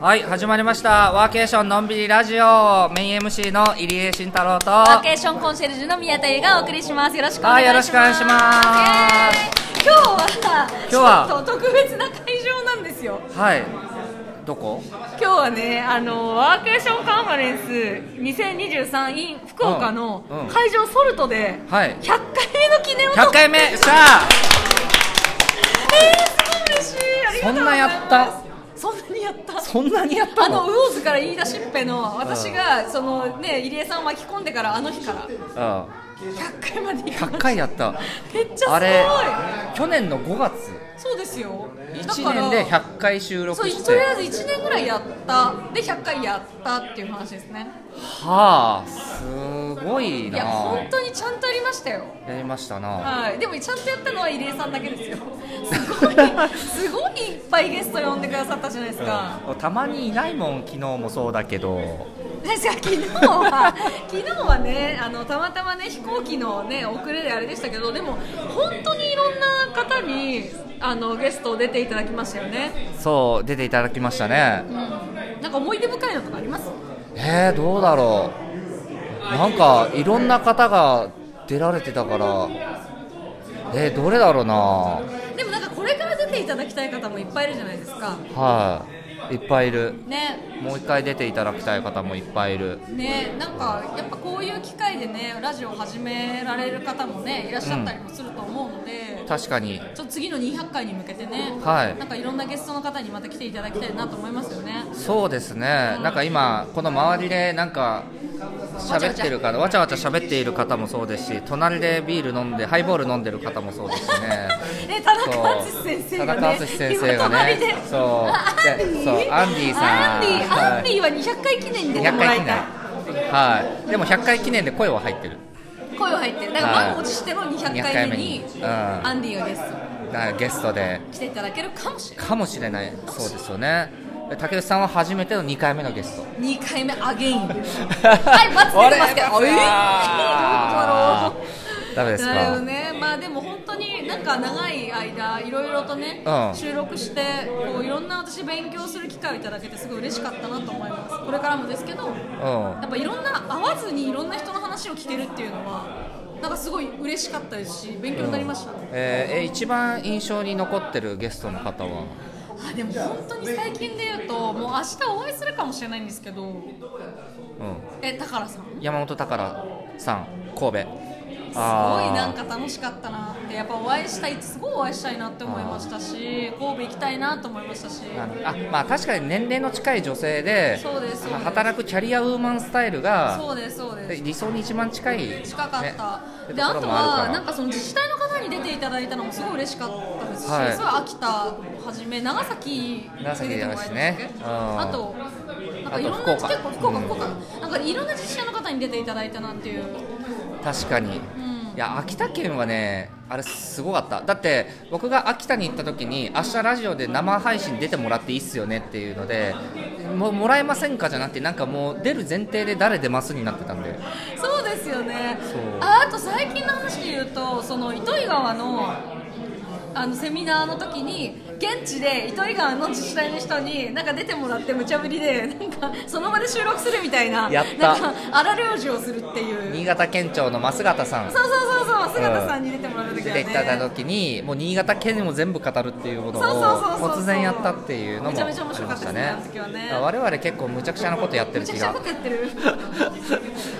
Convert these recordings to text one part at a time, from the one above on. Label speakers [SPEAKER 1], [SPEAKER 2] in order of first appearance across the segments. [SPEAKER 1] はい始まりましたワーケーションのんびりラジオメイン MC の入江慎太郎と
[SPEAKER 2] ワーケーションコンシェルジュの宮田優がお送りします。よろしくお願
[SPEAKER 1] は
[SPEAKER 2] いします。
[SPEAKER 1] いよろしくお願いします
[SPEAKER 2] イエーイ今日は、
[SPEAKER 1] 日は
[SPEAKER 2] ちょっと特別な会場なんですよ。
[SPEAKER 1] はいどこ
[SPEAKER 2] 今日はね、あのワーケーションカンファレンス2023 in 福岡の
[SPEAKER 1] うんうん
[SPEAKER 2] 会場ソルトで
[SPEAKER 1] はい
[SPEAKER 2] 100回目の記念を撮っ
[SPEAKER 1] 100回目さあ
[SPEAKER 2] えー、すごい嬉しい。ありがとうございます。
[SPEAKER 1] そんなやった。
[SPEAKER 2] そんなにやった。
[SPEAKER 1] そんなにやった
[SPEAKER 2] あの
[SPEAKER 1] の
[SPEAKER 2] ウオーズから言い出しっぺの私がそのね入江さんを巻き込んでからあの日から
[SPEAKER 1] う
[SPEAKER 2] 100回まで行き
[SPEAKER 1] ん
[SPEAKER 2] ました
[SPEAKER 1] 100回やった
[SPEAKER 2] めっち
[SPEAKER 1] あれ
[SPEAKER 2] ゃ
[SPEAKER 1] 去年の5月
[SPEAKER 2] すごいそうですよ
[SPEAKER 1] 1年で100回収
[SPEAKER 2] だか
[SPEAKER 1] 録
[SPEAKER 2] ら
[SPEAKER 1] し
[SPEAKER 2] そう
[SPEAKER 1] て
[SPEAKER 2] とりあえず1年ぐらいやったで100回やったっていう話ですね
[SPEAKER 1] はあすごい
[SPEAKER 2] い
[SPEAKER 1] な
[SPEAKER 2] や本当にちゃんとやりましたよ
[SPEAKER 1] やりましたな
[SPEAKER 2] はい、でもちゃんとやったのは入江さんだけ ですよすごいすごいいっぱいゲスト呼んでくださったじゃないですか、
[SPEAKER 1] たまにいないもん昨日もそうだけど
[SPEAKER 2] 確か昨日は 昨日はねあのたまたまね飛行機のね遅れであれでしたけどでも本当にいろんな方にあのゲスト出ていただきましたよね
[SPEAKER 1] そう出ていただきましたね
[SPEAKER 2] なんか思い出深いのとかあります
[SPEAKER 1] えー、どうだろうなんかいろんな方が出られてたからえー、どれだろうな
[SPEAKER 2] でもなんかこれから出ていただきたい方もいっぱいいるじゃないですか
[SPEAKER 1] はいいっぱいいる
[SPEAKER 2] ね
[SPEAKER 1] もう一回出ていただきたい方もいっぱいいる
[SPEAKER 2] ねなんかやっぱこういう機会でねラジオ始められる方もねいらっしゃったりもすると思うので、ちょっ
[SPEAKER 1] 確かに
[SPEAKER 2] と次の200回に向けてね、
[SPEAKER 1] はい
[SPEAKER 2] なんかいろんなゲストの方にまた来ていただきたいなと思いますよね
[SPEAKER 1] そうですねなんか今この周りでなんか喋ってる方わちゃわちゃ喋っている方もそうですし隣でビール飲んでハイボール飲んでる方もそうですしね
[SPEAKER 2] え田中
[SPEAKER 1] そ
[SPEAKER 2] 敦
[SPEAKER 1] う
[SPEAKER 2] 先生
[SPEAKER 1] 田
[SPEAKER 2] がね
[SPEAKER 1] 中敦先生がね
[SPEAKER 2] 今隣で
[SPEAKER 1] そう
[SPEAKER 2] あアンディ
[SPEAKER 1] でそうアンディさん
[SPEAKER 2] アンディ
[SPEAKER 1] はい
[SPEAKER 2] アンディは200回記念に出て
[SPEAKER 1] 100
[SPEAKER 2] もら
[SPEAKER 1] 回
[SPEAKER 2] い
[SPEAKER 1] 記
[SPEAKER 2] た
[SPEAKER 1] 念
[SPEAKER 2] い
[SPEAKER 1] はいでも100回記念で声は入ってる
[SPEAKER 2] 声は入ってるだから
[SPEAKER 1] はい
[SPEAKER 2] 満を持しての200
[SPEAKER 1] 200
[SPEAKER 2] 回目に
[SPEAKER 1] うん
[SPEAKER 2] アンディがゲスト
[SPEAKER 1] だからゲストで
[SPEAKER 2] 来ていただけるかもしれない
[SPEAKER 1] かもしれないそうですよねで竹内さんは初めての2回目のゲスト
[SPEAKER 2] 2回目 アゲインはい待ってますけど
[SPEAKER 1] あれ
[SPEAKER 2] えー、どうだろう
[SPEAKER 1] ダメですか
[SPEAKER 2] なるほどねまあでも本当になんか長い間いろいろとね、
[SPEAKER 1] うん
[SPEAKER 2] 収録してこういろんな私勉強する機会をいただけてすごい嬉しかったなと思いますこれからもですけど
[SPEAKER 1] う
[SPEAKER 2] や
[SPEAKER 1] ん
[SPEAKER 2] っぱいろんな会わずにいろんな人の話を聞けるっていうのはなんかすごい嬉しかったですし勉強になりました、
[SPEAKER 1] えーえ一番印象に残ってるゲストの方は
[SPEAKER 2] あでも本当に最近で言うともう明日お会いするかもしれないんですけど
[SPEAKER 1] う
[SPEAKER 2] え宝さん
[SPEAKER 1] ん山本宝さん神戸す
[SPEAKER 2] すごいなんか楽しかったなってやっぱお会いしたいすごいお会いしたいなって思いましたし神戸行きたいなと思いましたし
[SPEAKER 1] あまあ確かに年齢の近い女性で
[SPEAKER 2] そうですそうです
[SPEAKER 1] 働くキャリアウーマンスタイルが
[SPEAKER 2] そうですそうです
[SPEAKER 1] 理想に一番近い
[SPEAKER 2] 近かった、
[SPEAKER 1] ね
[SPEAKER 2] であ
[SPEAKER 1] と
[SPEAKER 2] と
[SPEAKER 1] ころもる
[SPEAKER 2] は
[SPEAKER 1] から
[SPEAKER 2] なんかその自治体の方に出ていただいたのもすごい嬉しかったですし、
[SPEAKER 1] はい
[SPEAKER 2] それは秋田はじめ長崎
[SPEAKER 1] 長崎
[SPEAKER 2] 出てもらいましたっけ
[SPEAKER 1] やらしいねうん
[SPEAKER 2] あとなんかいろん
[SPEAKER 1] あ
[SPEAKER 2] な
[SPEAKER 1] と
[SPEAKER 2] 結
[SPEAKER 1] 福岡
[SPEAKER 2] 構福岡
[SPEAKER 1] うん
[SPEAKER 2] 福岡、なんかいろんな自治体の方に出ていただいたなっていう
[SPEAKER 1] 確かに、
[SPEAKER 2] ん
[SPEAKER 1] いや秋田県はねあれすごかっただって僕が秋田に行った時に明日ラジオで生配信出てもらっていいっすよねっていうのでももらえませんかじゃなくてなんかもう出る前提で誰出ますになってたんで
[SPEAKER 2] そうですよね
[SPEAKER 1] そう
[SPEAKER 2] ああと最近の話で言うとその糸魚川のあのセミナーの時に現地で糸魚川の自治体の人になんか出てもらって無茶ぶりでなんかその場で収録するみたいな
[SPEAKER 1] やった
[SPEAKER 2] なんか荒療治をするっていう
[SPEAKER 1] 新潟県庁の増形さん
[SPEAKER 2] そうそうそうそう姿さんに出てもらう時
[SPEAKER 1] 出
[SPEAKER 2] は
[SPEAKER 1] て
[SPEAKER 2] ね
[SPEAKER 1] いただいた時にもう新潟県も全部語るっていうものを
[SPEAKER 2] そうそうそうそう
[SPEAKER 1] 突然やったっていうのも
[SPEAKER 2] めちゃめちゃ面白かったですね
[SPEAKER 1] ありまし
[SPEAKER 2] あの時は
[SPEAKER 1] だ
[SPEAKER 2] ね
[SPEAKER 1] から我々結構むちゃくちゃなことやってる
[SPEAKER 2] めちゃ
[SPEAKER 1] 気
[SPEAKER 2] くちゃ
[SPEAKER 1] が
[SPEAKER 2] 濃くやってる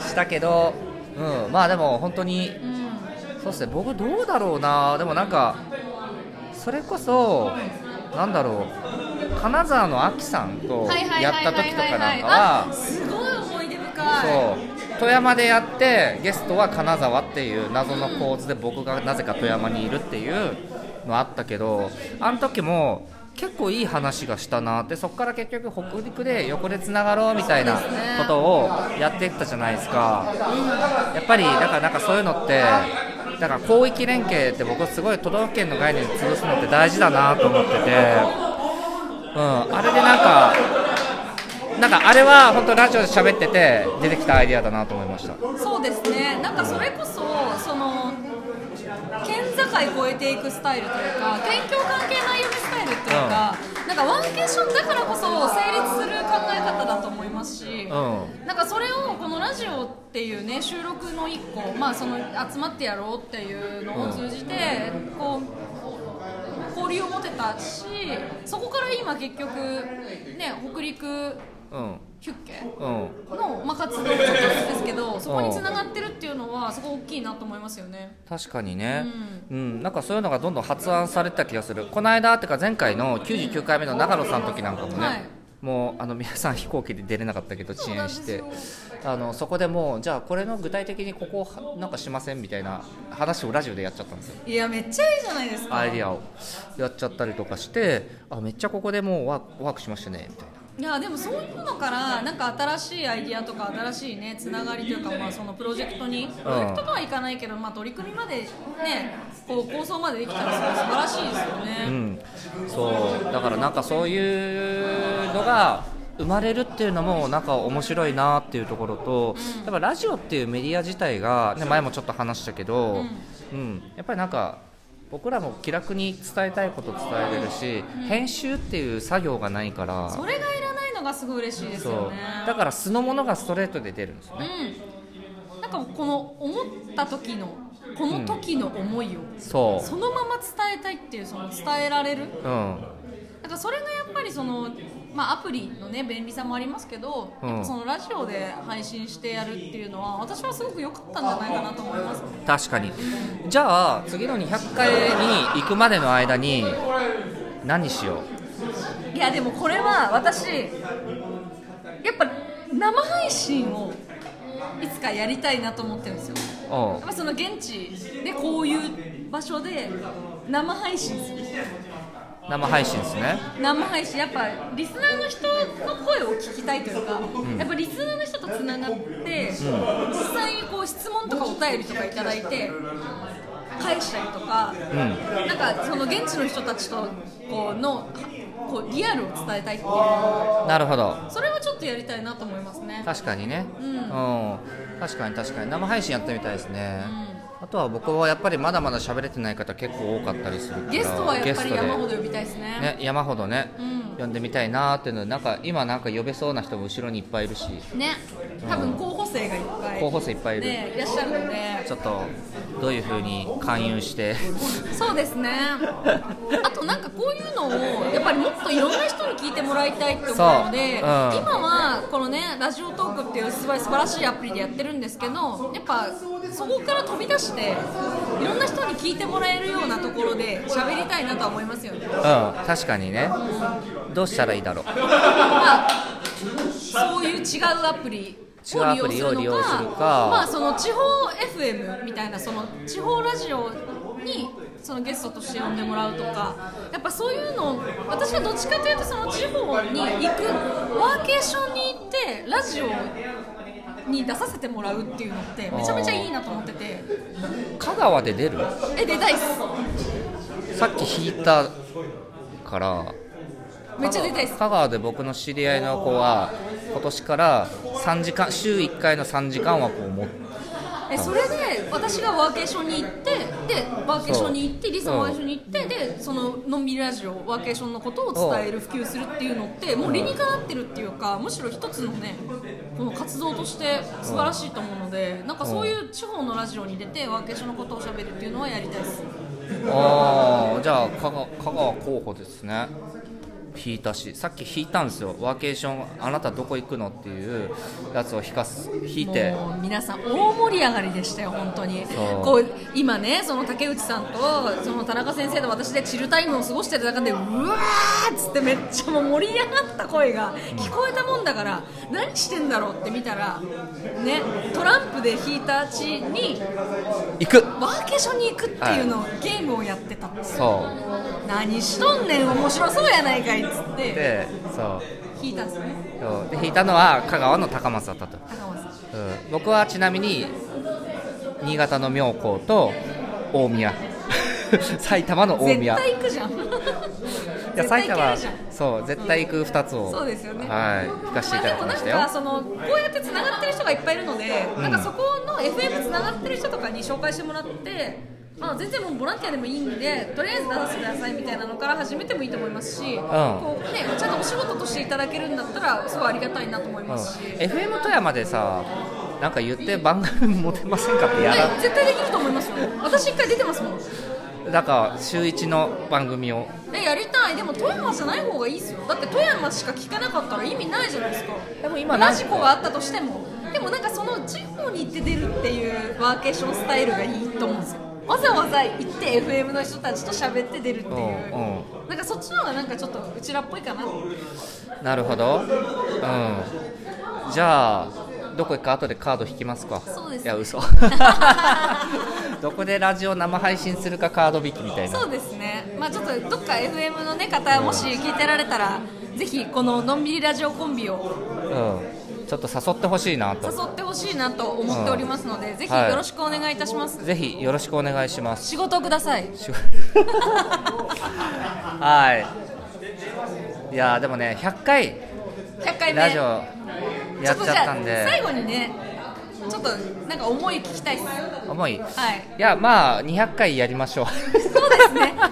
[SPEAKER 1] したけど、うん、まあでも本当に
[SPEAKER 2] うん
[SPEAKER 1] そうですね僕どうだろうなでもなんかそれこそなんだろう金沢のあきさんと
[SPEAKER 2] はいはい
[SPEAKER 1] やっ
[SPEAKER 2] はい
[SPEAKER 1] た
[SPEAKER 2] は
[SPEAKER 1] 時
[SPEAKER 2] い
[SPEAKER 1] と
[SPEAKER 2] はい
[SPEAKER 1] か
[SPEAKER 2] は
[SPEAKER 1] なん
[SPEAKER 2] い
[SPEAKER 1] か
[SPEAKER 2] あ
[SPEAKER 1] は
[SPEAKER 2] すごい思い出深い
[SPEAKER 1] そう富山でやってゲストは金沢っていう謎の構図で僕がなぜか富山にいるっていうのあったけどあの時も結構いい話がしたなってそこから結局北陸で横でつながろうみたいなことをやってったじゃないですか。やっぱりだからなんかそういうのってだから広域連携って僕すごい都道府県の概念潰すのって大事だなと思ってて、うん、あれでなんかなんかあれは本当ラジオで喋ってて出てきたアイディアだなと思いました
[SPEAKER 2] そうですね、なんかそれこそ、その県境越えていくスタイルというか県境関係ない嫁スタイルというか、なんかワンケーションだからこそ成立する考え方だと思いますし、
[SPEAKER 1] う
[SPEAKER 2] なんかそれをこのラジオっていうね収録の一個、まあ、その集まってやろうっていうのを通じて、こう交流を持てたしそこから今結局ね北陸
[SPEAKER 1] うん
[SPEAKER 2] ヒュッケ
[SPEAKER 1] うん
[SPEAKER 2] の、まあ、活動ちょっとずつですけどそこにつながってるっていうのはすごい大きいなと思いますよね。
[SPEAKER 1] 確かにね、うんなんかそういうのがどんどん発案されてた気がするこの間っていうか前回の99回目の長野さんの時なんかもね、
[SPEAKER 2] はい
[SPEAKER 1] もうあの皆さん飛行機で出れなかったけど遅
[SPEAKER 2] そうな
[SPEAKER 1] 延
[SPEAKER 2] んで
[SPEAKER 1] し
[SPEAKER 2] す
[SPEAKER 1] て
[SPEAKER 2] よ
[SPEAKER 1] あのそこでもうじゃあこれの具体的にここをなんかしませんみたいな話をラジオでやっちゃったんですよ
[SPEAKER 2] いやめっちゃいいじゃないですか
[SPEAKER 1] アイディアをやっちゃったりとかしてあめっちゃここでもうワークワークしましたねみたいない
[SPEAKER 2] やでもそういうのからなんか新しいアイディアとか新しいねつながりというかまあそのプロジェクトにプロジェクトとはいかないけどまあ取り組みまでねこう構想までできたら素晴らしいですよ
[SPEAKER 1] う
[SPEAKER 2] ね。
[SPEAKER 1] ん、そうだからなんかそういうのが生まれるっていうのもなんか面白いなっていうところと、やっぱラジオっていうメディア自体が、ね、前もちょっと話したけど、うんやっぱりなんか僕らも気楽に伝えたいこと伝えれるし、編集っていう作業がないから
[SPEAKER 2] それがいらないのがすごい嬉しいです
[SPEAKER 1] そ
[SPEAKER 2] よ
[SPEAKER 1] う
[SPEAKER 2] ね。
[SPEAKER 1] だから素のものがストレートで出るんですよね。
[SPEAKER 2] うん。なんかこの思った時のこの時の思いを、
[SPEAKER 1] そ
[SPEAKER 2] そのまま伝えたいっていうその伝えられる
[SPEAKER 1] う、うん
[SPEAKER 2] なんかそれがやっぱりその、まあ、アプリの、ね、便利さもありますけど、
[SPEAKER 1] うん
[SPEAKER 2] やっぱそのラジオで配信してやるっていうのは私はすごく良かったんじゃないかなと思います
[SPEAKER 1] 確かにじゃあ次の200回に行くまでの間に何しよ
[SPEAKER 2] いやでもこれは私やっぱ生配信をいつかやりたいなと思ってるんですよ
[SPEAKER 1] うお
[SPEAKER 2] やっぱその現地でこういう場所で生配信する
[SPEAKER 1] 生配信ですね
[SPEAKER 2] 生配信やっぱリスナーの人の声を聞きたいというか、やっぱリスナーの人とつながって、実際にこう質問とかお便りとかいただいて返したりとか、なんかその現地の人たちとこうのはこうリアルを伝えたいっていう
[SPEAKER 1] なるほど
[SPEAKER 2] それはちょっとやりたいなと思いますね。
[SPEAKER 1] 確かにねうんん、確かに確かに生配信やってみたいですね、あとは僕はやっぱりまだまだ喋れてない方結構多かったりするから
[SPEAKER 2] ゲストはやっぱり
[SPEAKER 1] ゲストで
[SPEAKER 2] 山ほど呼びたいですね。
[SPEAKER 1] ね山ほどね、
[SPEAKER 2] うん
[SPEAKER 1] 呼んでみたいなーっていうのでなんか今なんか呼べそうな人も後ろにいっぱいいるし
[SPEAKER 2] ね、多分候補生がいっぱい。
[SPEAKER 1] 候補生いっぱいいる、
[SPEAKER 2] ね、いらっしゃるので。
[SPEAKER 1] ちょっとどういう風に勧誘して
[SPEAKER 2] そうですね。あとなんかこういうのをやっぱりもっといろんな人に聞いてもらいたいって思うので、
[SPEAKER 1] そううん
[SPEAKER 2] 今はこのねラジオトークっていうすごい素晴らしいアプリでやってるんですけど、やっぱそこから飛び出していろんな人に聞いてもらえるようなところで喋りたいなとは思いますよね。
[SPEAKER 1] うん確かにねどうしたらいいだろう
[SPEAKER 2] まあそういう違うアプリを利
[SPEAKER 1] 違うア
[SPEAKER 2] 用するの
[SPEAKER 1] プリを利用するか
[SPEAKER 2] まあ、その地方 FM みたいなその地方ラジオにそのゲストとして呼んでもらうとかやっぱそういうのを私はどっちかというとその地方に行くワーケーションに行ってラジオに出させてもらうっていうのってめちゃめちゃいいなと思ってて
[SPEAKER 1] 香川で出る
[SPEAKER 2] え出たいっす
[SPEAKER 1] さっき引いたから
[SPEAKER 2] めっちゃ出たいっす
[SPEAKER 1] 香川で僕の知り合いの子は今年から3時間週1回の3時間枠を持って
[SPEAKER 2] えそれで私がワーケーションに行ってでワーケーションに行ってリサもワーケーションに行ってでそののんびりラジオワーケーションのことを伝える普及するっていうのってもう理にかなってるっていうかむしろ一つのねこの活動として素晴らしいと思うのでなんかそういう地方のラジオに出てワーケーションのことをしゃべるっていうのはやりたいです
[SPEAKER 1] ああじゃあ香川香川候補ですね引いたしさっき引いたんですよワーケーションあなたどこ行くのっていうやつを引かす引いて
[SPEAKER 2] もう皆さん大盛り上がりでしたよ本当に
[SPEAKER 1] そう
[SPEAKER 2] こう今ねその竹内さんとその田中先生と私でチルタイムを過ごしてる中でうわーっつってめっちゃもう盛り上がった声が聞こえたもんだから何してんだろうって見たらねトランプで引いた地に
[SPEAKER 1] 行く
[SPEAKER 2] ワーケーションに行くっていうのをゲームをやってたんですよ
[SPEAKER 1] そう
[SPEAKER 2] 何しとんねん面白そうやないかいっつって
[SPEAKER 1] でそう
[SPEAKER 2] 引いたんですよね
[SPEAKER 1] そうで引いたのは香川の高松だったと、
[SPEAKER 2] 高松さん
[SPEAKER 1] うん、僕はちなみに新潟の妙高と大宮 埼玉の大
[SPEAKER 2] 絶
[SPEAKER 1] 宮
[SPEAKER 2] 対行くじゃん
[SPEAKER 1] いや
[SPEAKER 2] 絶対
[SPEAKER 1] 埼
[SPEAKER 2] 行
[SPEAKER 1] 玉
[SPEAKER 2] け
[SPEAKER 1] は
[SPEAKER 2] るじゃん
[SPEAKER 1] そう絶対行く2つを
[SPEAKER 2] そうですよね。
[SPEAKER 1] はい聞かせていただきましたよ
[SPEAKER 2] あでもなんかそのこうやって繋がってる人がいっぱいいるので、なんかそこの FM 繋がってる人とかに紹介してもらって。まあ、全然もうボランティアでもいいんでとりあえず出させてくださいみたいなのから始めてもいいと思いますし、こうね、ちゃんとお仕事としていただけるんだったらすごいありがたいなと思いますし、
[SPEAKER 1] FM 富山でさなんか言って番組持てませんかってやだ
[SPEAKER 2] はい絶対できると思いますよ私一回出てますもん
[SPEAKER 1] だから週一の番組を
[SPEAKER 2] えやりたいでも富山じゃない方がいいですよだって富山しか聞かなかったら意味ないじゃないですか
[SPEAKER 1] でも今なん
[SPEAKER 2] ラジコがあったとしてもでもなんかその地方に行って出るっていうワーケーションスタイルがいいと思うんですよわざわざ行って FM の人たちと喋って出るってい
[SPEAKER 1] う
[SPEAKER 2] う、
[SPEAKER 1] ん
[SPEAKER 2] なんかそっちの方がなんかちょっとうちらっぽいかな
[SPEAKER 1] なるほどうんじゃあどこ行くか後でカード引きますか
[SPEAKER 2] そうですね
[SPEAKER 1] いや 嘘どこでラジオ生配信するかカード引きみたいな
[SPEAKER 2] そうですね、まあ、ちょっとどっか FM の、ね、方もし聞いてられたらぜひこののんびりラジオコンビを
[SPEAKER 1] うん、ちょっと誘ってほしいな
[SPEAKER 2] 誘
[SPEAKER 1] と
[SPEAKER 2] ってほしいなと思っておりますので、ぜひよろしくお願いいたします、
[SPEAKER 1] ぜひよろしくお願いし ます
[SPEAKER 2] 仕事をください
[SPEAKER 1] しはいいやーでもね100回
[SPEAKER 2] 100回目
[SPEAKER 1] ラジオやっちゃったん
[SPEAKER 2] ちょとじゃあ最
[SPEAKER 1] で
[SPEAKER 2] 後にねちょっとなんか思い聞きたいですは
[SPEAKER 1] 重いい
[SPEAKER 2] い
[SPEAKER 1] やまあ200回やりましょう
[SPEAKER 2] そうですねそれはもう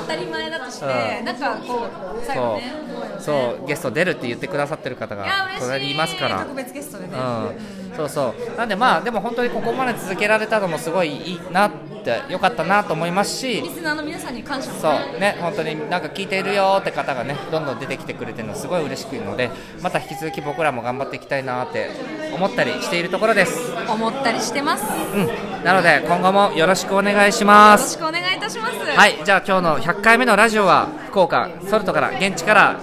[SPEAKER 2] 当たり前だとして、
[SPEAKER 1] う
[SPEAKER 2] なんかこう 最
[SPEAKER 1] そ
[SPEAKER 2] 後ね思いをね
[SPEAKER 1] うそうゲスト出るって言ってくださってる方
[SPEAKER 2] い
[SPEAKER 1] が
[SPEAKER 2] や嬉しい
[SPEAKER 1] 隣にいますから
[SPEAKER 2] 特別ゲストでね、
[SPEAKER 1] うん、そうそうなんでまあでも本当にここまで続けられたのもすごいいいなってよかったなと思いますし
[SPEAKER 2] リスナーの皆さんに感謝もね
[SPEAKER 1] そうね本当になんか聞いているよって方がねどんどん出てきてくれてるのすごい嬉しくいのでまた引き続き僕らも頑張っていきたいなって思ったりしているところです
[SPEAKER 2] 思ったりしてますよ
[SPEAKER 1] うんなので今後もよろしくお願いしま
[SPEAKER 2] ろ
[SPEAKER 1] す
[SPEAKER 2] しくお願いいたします
[SPEAKER 1] はいじゃあ今日の100回目のラジオは福岡ソルトから現地から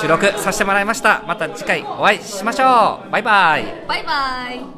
[SPEAKER 1] 収録させてもらいましたまた次回お会いしましょうバイバイ
[SPEAKER 2] バイバイ